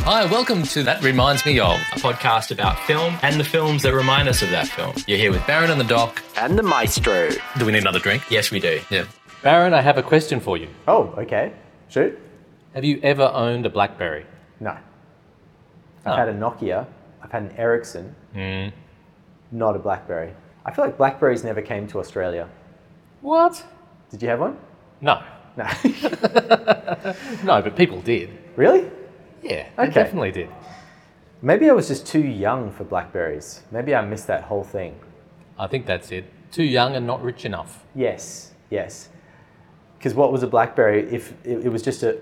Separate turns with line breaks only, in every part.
Hi, welcome to That Reminds Me Of,
a podcast about film and the films that remind us of that film.
You're here with Baron and the Doc.
And the maestro.
Do we need another drink?
Yes, we do.
Yeah.
Baron, I have a question for you.
Oh, okay. Shoot.
Have you ever owned a BlackBerry?
No. I've had a Nokia. I've had an Ericsson. Mm. Not a BlackBerry. I feel like Blackberries never came to Australia.
What?
Did you have one?
No.
No.
No, but people did.
really?
Yeah, they
Okay.
definitely did.
Maybe I was just too young for Blackberries. Maybe I missed that whole thing.
I think that's it. Too young and not rich enough.
Yes, yes. Because what was a BlackBerry if it, it was just a,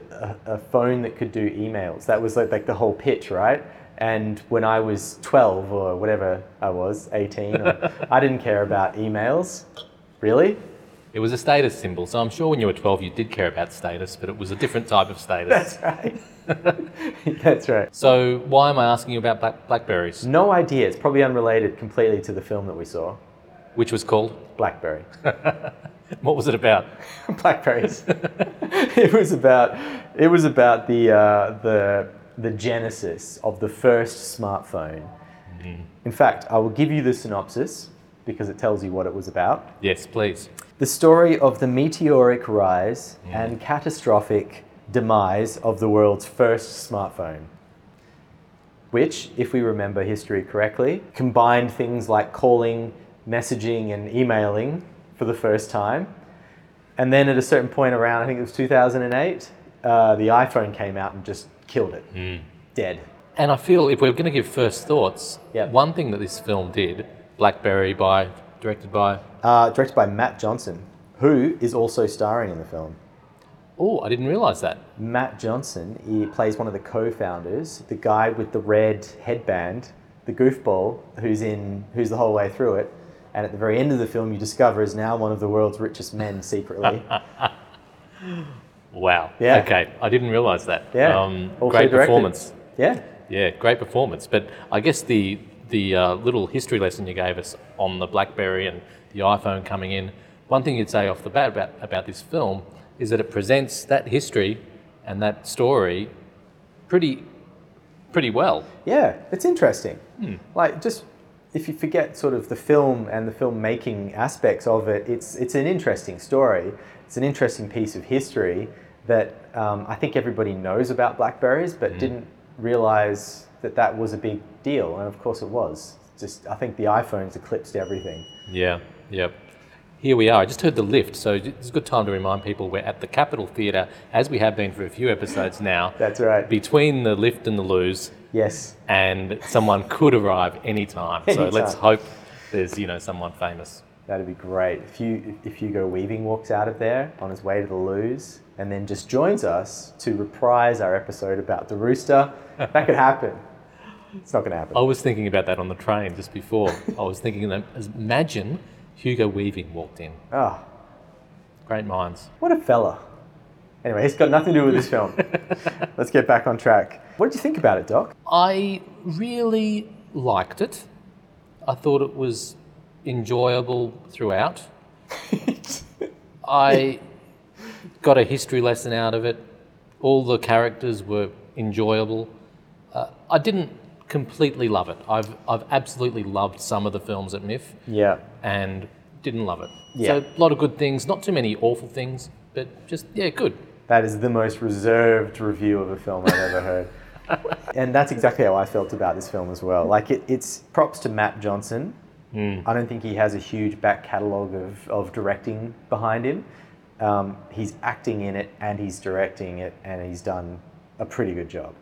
a, a phone that could do emails? That was like, like the whole pitch, right? And when I was 12 or whatever I was, 18, or, I didn't care about emails. Really?
It was a status symbol, so I'm sure when you were 12 you did care about status, but it was a different type of status.
That's right. That's right.
so why am I asking you about black- blackberries?
No idea. It's probably unrelated completely to the film that we saw
Which was called?
Blackberry.
What was it about?
blackberries. it was about it was about the uh, the the genesis of the first smartphone. In fact, I will give you the synopsis because it tells you what it was about.
Yes, please.
The story of the meteoric rise and catastrophic demise of the world's first smartphone. Which, if we remember history correctly, combined things like calling, messaging, and emailing for the first time. And then at a certain point around, I think it was 2008, uh, the iPhone came out and just killed it. Dead.
And I feel if we're going to give first thoughts,
Yep.
one thing that this film did, Blackberry by directed by
Uh, directed by Matt Johnson, who is also starring in the film.
Oh, I didn't realize that.
Matt Johnson, he plays one of the co-founders, the guy with the red headband, the goofball who's in who's the whole way through it, and at the very end of the film you discover is now one of the world's richest men secretly.
Wow.
Yeah.
Okay. I didn't realize that. Um,
Yeah. Also
great
directed.
performance.
yeah.
Yeah, great performance. But I guess the the uh, little history lesson you gave us on the BlackBerry and the iPhone coming in, one thing you'd say off the bat about, about this film is that it presents that history and that story pretty pretty well.
Yeah, it's interesting. Like just if you forget sort of the film and the filmmaking aspects of it, it's it's an interesting story. It's an interesting piece of history that um, I think everybody knows about blackberries, but didn't realize that that was a big deal. And of course, it was. Just I think the iPhones eclipsed everything.
Yeah, yeah. Here we are. I just heard the lift, so it's a good time to remind people we're at the Capitol Theatre, as we have been for a few episodes now.
That's right.
Between the lift and the loos,
yes.
and someone could arrive anytime. So let's
Anytime.
hope there's you know someone famous.
That'd be great. If you if Hugo Weaving walks out of there on his way to the loos and then just joins us to reprise our episode about the rooster, that could happen. It's not gonna happen.
I was thinking about that on the train just before. I was thinking that imagine Hugo Weaving walked in.
Ah,
Great minds.
what a fella. Anyway, it's got nothing to do with this film. Let's get back on track. What did you think about it, Doc?
I really liked it. I thought it was enjoyable throughout. I got a history lesson out of it. All the characters were enjoyable. Uh, I didn't completely love it. I've, I've absolutely loved some of the films at MIF
Yeah.
and didn't love it.
Yeah.
So, a lot of good things, not too many awful things, but just, yeah, good.
That is the most reserved review of a film I've ever heard. and that's exactly how I felt about this film as well. Like, it, it's props to Matt Johnson. I don't think he has a huge back catalogue of, of directing behind him. Um, he's acting in it and he's directing it, and he's done a pretty good job.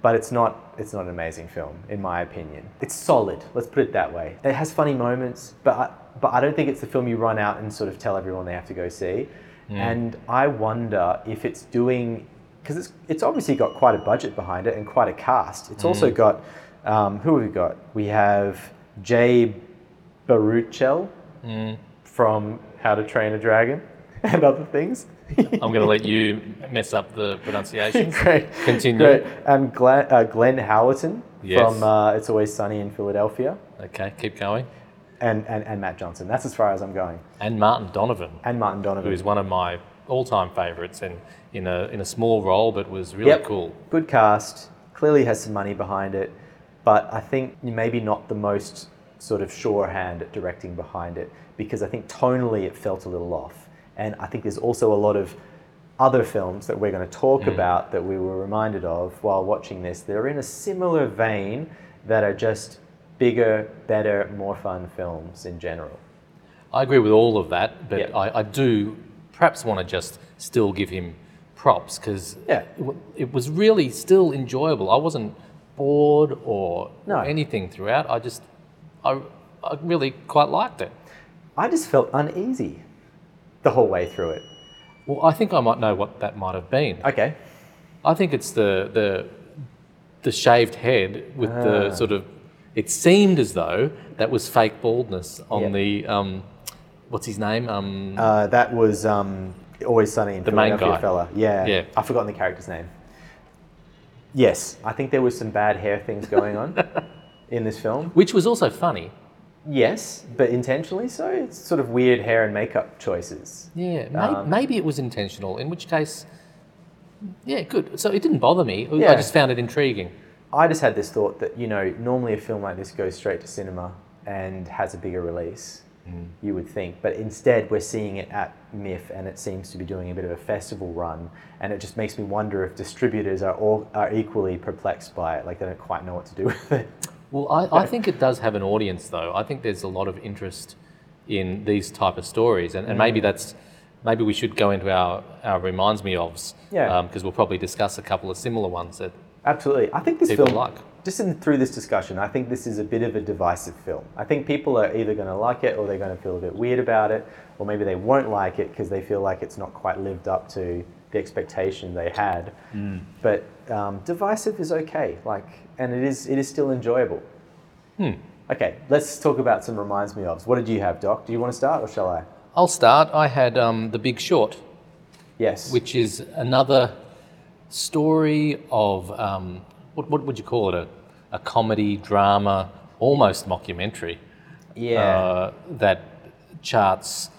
But it's not, it's not an amazing film, in my opinion. It's solid, let's put it that way. It has funny moments, but I, but I don't think it's the film you run out and sort of tell everyone they have to go see. And I wonder if it's doing, because it's, it's obviously got quite a budget behind it and quite a cast. It's also got, um, who have we got? We have Jay Baruchel from How to Train a Dragon and other things.
I'm going to let you mess up the pronunciation.
Great.
Continue.
Great. And Glenn, uh, Glenn Howerton
Yes.
from uh, It's Always Sunny in Philadelphia
Okay, keep going.
and, and, and Matt Johnson. That's as far as I'm going.
And Martin Donovan.
And Martin
who
Donovan.
is one of my all-time favourites and in a in a small role, but was really cool.
Good cast. clearly has some money behind it, but I think maybe not the most sort of sure hand at directing behind it because I think tonally it felt a little off. And I think there's also a lot of other films that we're going to talk about that we were reminded of while watching this. They're in a similar vein that are just bigger, better, more fun films in general.
I agree with all of that, but
Yeah.
I, I do perhaps want to just still give him props because
Yeah.
it, wa- it was really still enjoyable. I wasn't bored or
No.
anything throughout. I just, I, I really quite liked it.
I just felt uneasy the whole way through it.
Well, I think I might know what that might have been.
Okay.
I think it's the the the shaved head with
Ah.
the sort of. It seemed as though that was fake baldness on
Yeah.
the um, what's his name? Um,
Uh, that was um, Always Sunny in the
main
Philadelphia
guy.
fella. Yeah.
Yeah.
I've forgotten the character's name. Yes, I think there was some bad hair things going on in this film.
which was also funny.
Yes, but intentionally so. It's sort of weird hair and makeup choices.
Yeah, may,
Um.
maybe it was intentional. In which case, yeah, good. So it didn't bother me.
Yeah.
I just found it intriguing.
I just had this thought that, you know, normally a film like this goes straight to cinema and has a bigger release, you would think. But instead, we're seeing it at MIF and it seems to be doing a bit of a festival run. And it just makes me wonder if distributors are, all, are equally perplexed by it. Like they don't quite know what to do with it.
Well, I, I think it does have an audience, though. I think there's a lot of interest in these type of stories, and, and maybe that's maybe we should go into our our reminds me ofs.
Yeah.
Because we'll probably discuss a couple of similar ones that
Absolutely. I think this
People
film,
like.
just in, through this discussion, I think this is a bit of a divisive film. I think people are either going to like it or they're going to feel a bit weird about it, or maybe they won't like it because they feel like it's not quite lived up to the expectation they had.
Mm.
But um, divisive is okay, like, and it is it is still enjoyable.
Hmm.
Okay, let's talk about some reminds me ofs. What did you have, Doc? Do you want to start or shall I?
I'll start. I had um, The Big Short,
Yes.
which is another story of um, what, what would you call it? A, a comedy, drama, almost mockumentary.
yeah.
uh, that charts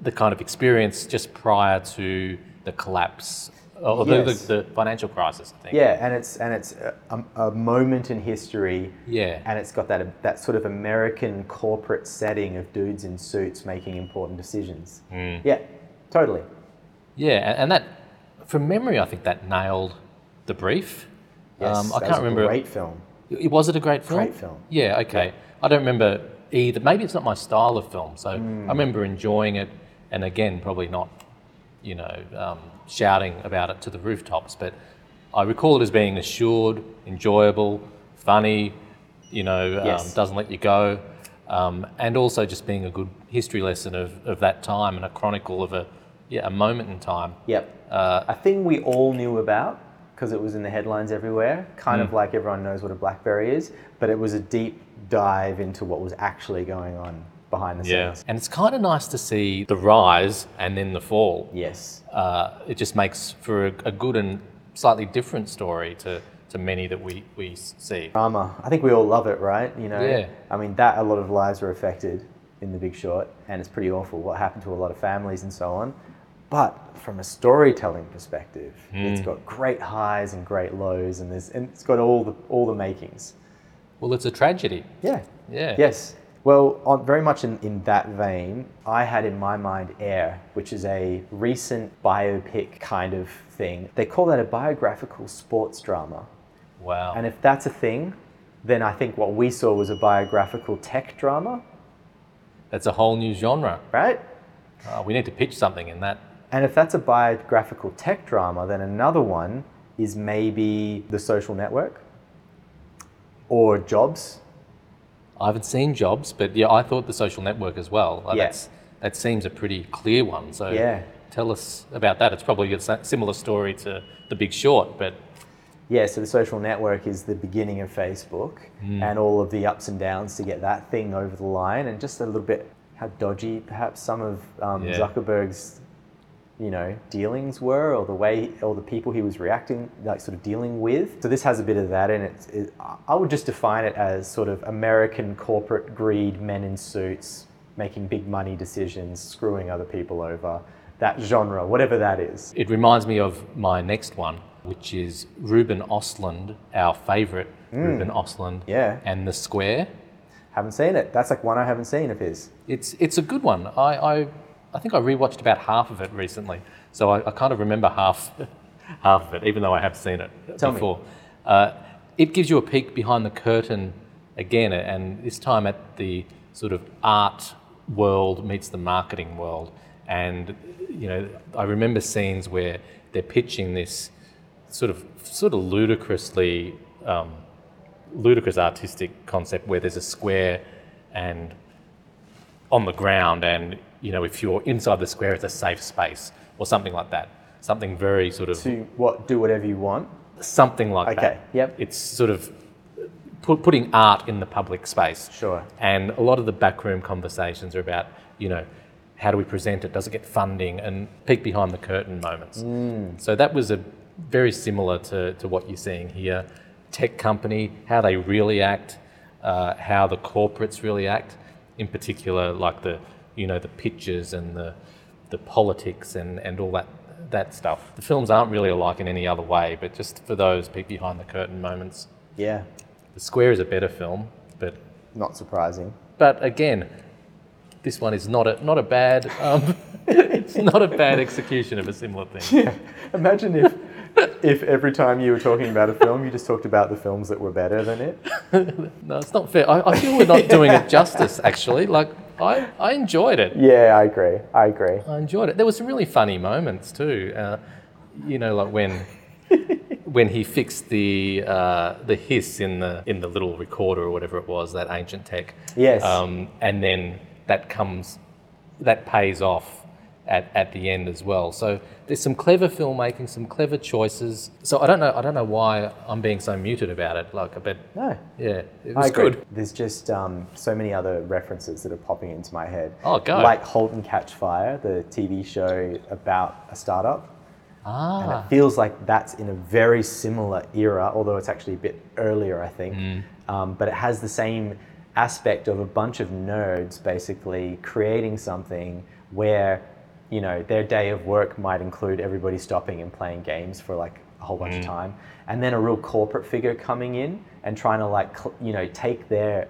the kind of experience just prior to the collapse or the-
Yes.
the, the financial crisis. I think.
Yeah, and it's and it's a, a, a moment in history.
Yeah.
and it's got that that sort of American corporate setting of dudes in suits making important decisions. Yeah, totally.
Yeah, a- and that from memory, I think that nailed the brief.
Yes,
um, I
that
can't
was a
remember.
Great film.
It was it a great film?
Great film.
Yeah. Okay. I don't remember either. Maybe it's not my style of film. So
Hmm.
I remember enjoying it, and again, probably not, you know, um, shouting about it to the rooftops. But I recall it as being assured, enjoyable, funny. You know, um,
Yes.
doesn't let you go, um, and also just being a good history lesson of, of that time and a chronicle of a yeah a moment in time.
Yep,
Uh,
a thing we all knew about because it was in the headlines everywhere. Kind
Hmm.
of like everyone knows what a BlackBerry is, but it was a deep dive into what was actually going on behind the
Yeah.
scenes.
And it's kind of nice to see the rise and then the fall.
Yes,
uh, it just makes for a, a good and slightly different story to, to many that we, we see.
drama. I think we all love it, right? You know,
Yeah.
I mean, that a lot of lives were affected in The Big Short, and it's pretty awful what happened to a lot of families and so on. But from a storytelling perspective, it's got great highs and great lows, and there's and it's got all the all the makings.
Well, it's a tragedy.
Yeah.
Yeah.
Yes. Well, on, very much in, in that vein, I had in my mind Air, which is a recent biopic kind of thing. They call that a biographical sports drama.
Wow.
And if that's a thing, then I think what we saw was a biographical tech drama,
That's a whole new genre.
right?
Uh, we need to pitch something in that.
And if that's a biographical tech drama, then another one is maybe The Social Network or Jobs.
I haven't seen Jobs, but yeah, I thought The Social Network as well. Uh,
Yeah.
that's, that seems a pretty clear one. So
Yeah.
tell us about that. It's probably a s- similar story to The Big Short, but
Yeah, so The Social Network is the beginning of Facebook and all of the ups and downs to get that thing over the line and just a little bit how dodgy perhaps some of um,
Yeah.
Zuckerberg's you know dealings were or the way or the people he was reacting like sort of dealing with so this has a bit of that in it, it I- i would just define it as sort of american corporate greed men in suits making big money decisions screwing other people over that genre whatever that is
it reminds me of my next one, which is Ruben Ostlund, our favourite Ruben Ostlund,
Mm. Yeah.
and The Square.
Haven't seen it. That's like one I haven't seen of his.
It's it's a good one. I I, I think I rewatched about half of it recently, so I, I kind of remember half half of it, even though I have seen it
Tell me.
before. Uh, it gives you a peek behind the curtain again, and this time at the sort of art world meets the marketing world. And you know, I remember scenes where they're pitching this sort of sort of ludicrously um, ludicrous artistic concept where there's a square and on the ground and you know if you're inside the square it's a safe space or something like that something very sort of
To what? Do whatever you want.
something like that
Okay, yep.
it's sort of put, putting art in the public space
Sure.
and a lot of the backroom conversations are about you know how do we present it does it get funding and peek behind the curtain moments so that was a very similar to, to what you're seeing here tech company how they really act uh, how the corporates really act in particular like the you know the pitches and the the politics and, and all that that stuff the films aren't really alike in any other way but just for those peek behind the curtain moments
Yeah.
the square is a better film but
Not surprising.
but again, this one is not a not a bad um, it's not a bad execution of a similar thing.
Imagine if if every time you were talking about a film, you just talked about the films that were better than it.
No, it's not fair. I, I feel we're not doing it justice. Actually, like I, I enjoyed it.
Yeah, I agree. I agree.
I enjoyed it. There were some really funny moments too. Uh, you know, like when when he fixed the uh, the hiss in the in the little recorder or whatever it was that ancient tech.
Yes.
Um, and then that comes that pays off at, at the end as well. So there's some clever filmmaking, some clever choices. So I don't know I don't know why I'm being so muted about it. Like, but
No.
yeah, it
I
was
agree.
good.
There's just um, so many other references that are popping into my head.
Oh, go.
Like Hold and Catch Fire, the TV show about a startup.
Ah,
It feels like that's in a very similar era, although it's actually a bit earlier, I think. Um, but it has the same aspect of a bunch of nerds basically creating something where, you know, their day of work might include everybody stopping and playing games for like a whole bunch of time, and then a real corporate figure coming in and trying to like, cl- you know, take their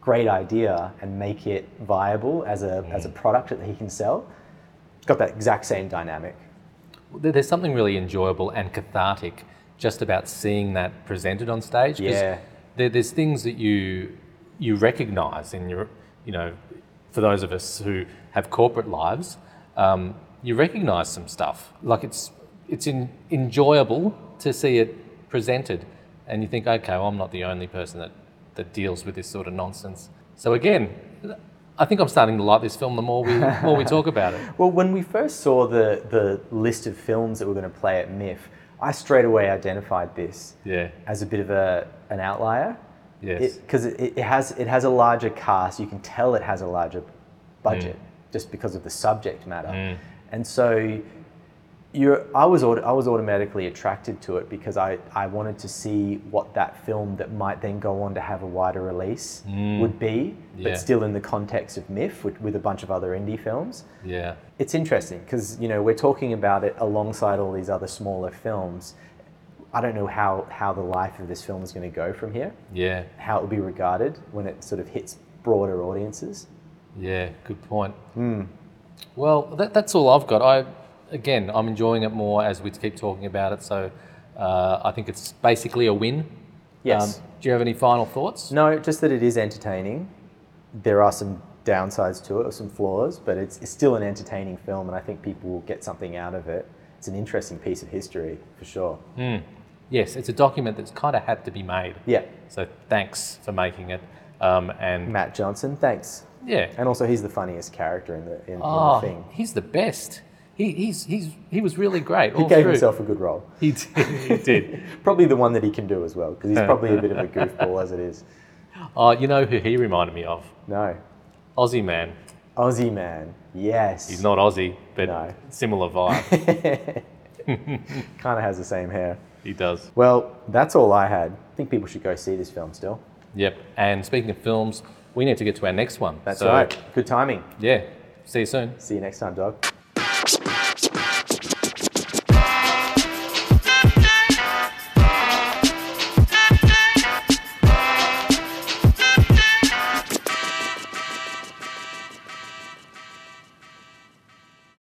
great idea and make it viable as a as a product that he can sell. It's got that exact same dynamic.
There- There's something really enjoyable and cathartic just about seeing that presented on stage. 'cause
Yeah.
There, there's things that you you recognise in your, you know, for those of us who have corporate lives, um, you recognise some stuff. Like it's it's in, enjoyable to see it presented, and you think, okay, well, I'm not the only person that that deals with this sort of nonsense. So again. I think I'm starting to like this film the more we more we talk about it.
Well, when we first saw the, the list of films that were going to play at MIF, I straight away identified this
Yeah.
as a bit of a, an outlier
Yes.
because it, it, has, it has a larger cast. You can tell it has a larger budget
Mm.
just because of the subject matter. And so you're, I, was, aut- I was automatically attracted to it because I, I wanted to see what that film that might then go on to have a wider release would be,
Mm. Yeah.
but still in the context of MIF with, with a bunch of other indie films
yeah.
it's interesting because you know we're talking about it alongside all these other smaller films. I don't know how how the life of this film is going to go from here,
Yeah.
how it will be regarded when it sort of hits broader audiences.
Yeah, good point.
Hmm.
Well, that, that's all I've got. I again, I'm enjoying it more as we keep talking about it. So uh, I think it's basically a win.
Yes.
Um, do you have any final thoughts?
no, just that it is entertaining. There are some downsides to it or some flaws, but it's, it's still an entertaining film, and I think people will get something out of it. It's an interesting piece of history for sure.
Yes, it's a document that's kind of had to be made.
Yeah,
So thanks for making it. Um, and
Matt Johnson, thanks.
yeah,
And also, he's the funniest character in the in,
oh,
in the thing.
he's the best. He, he's, he's, he was really great.
He
all
gave
through.
himself a good role.
He did. He did.
Probably the one that he can do as well, because he's probably a bit of a goofball as it is.
oh, you know who he reminded me of?
No.
Aussie man.
Aussie man. Yes.
He's not Aussie, but
No.
similar vibe.
Kind of has the same hair.
he does.
Well, that's all I had. I think people should go see this film still.
Yep. And speaking of films, we need to get to our next one.
That's
So,
right. Good timing.
Yeah. See you soon.
See you next time, dog.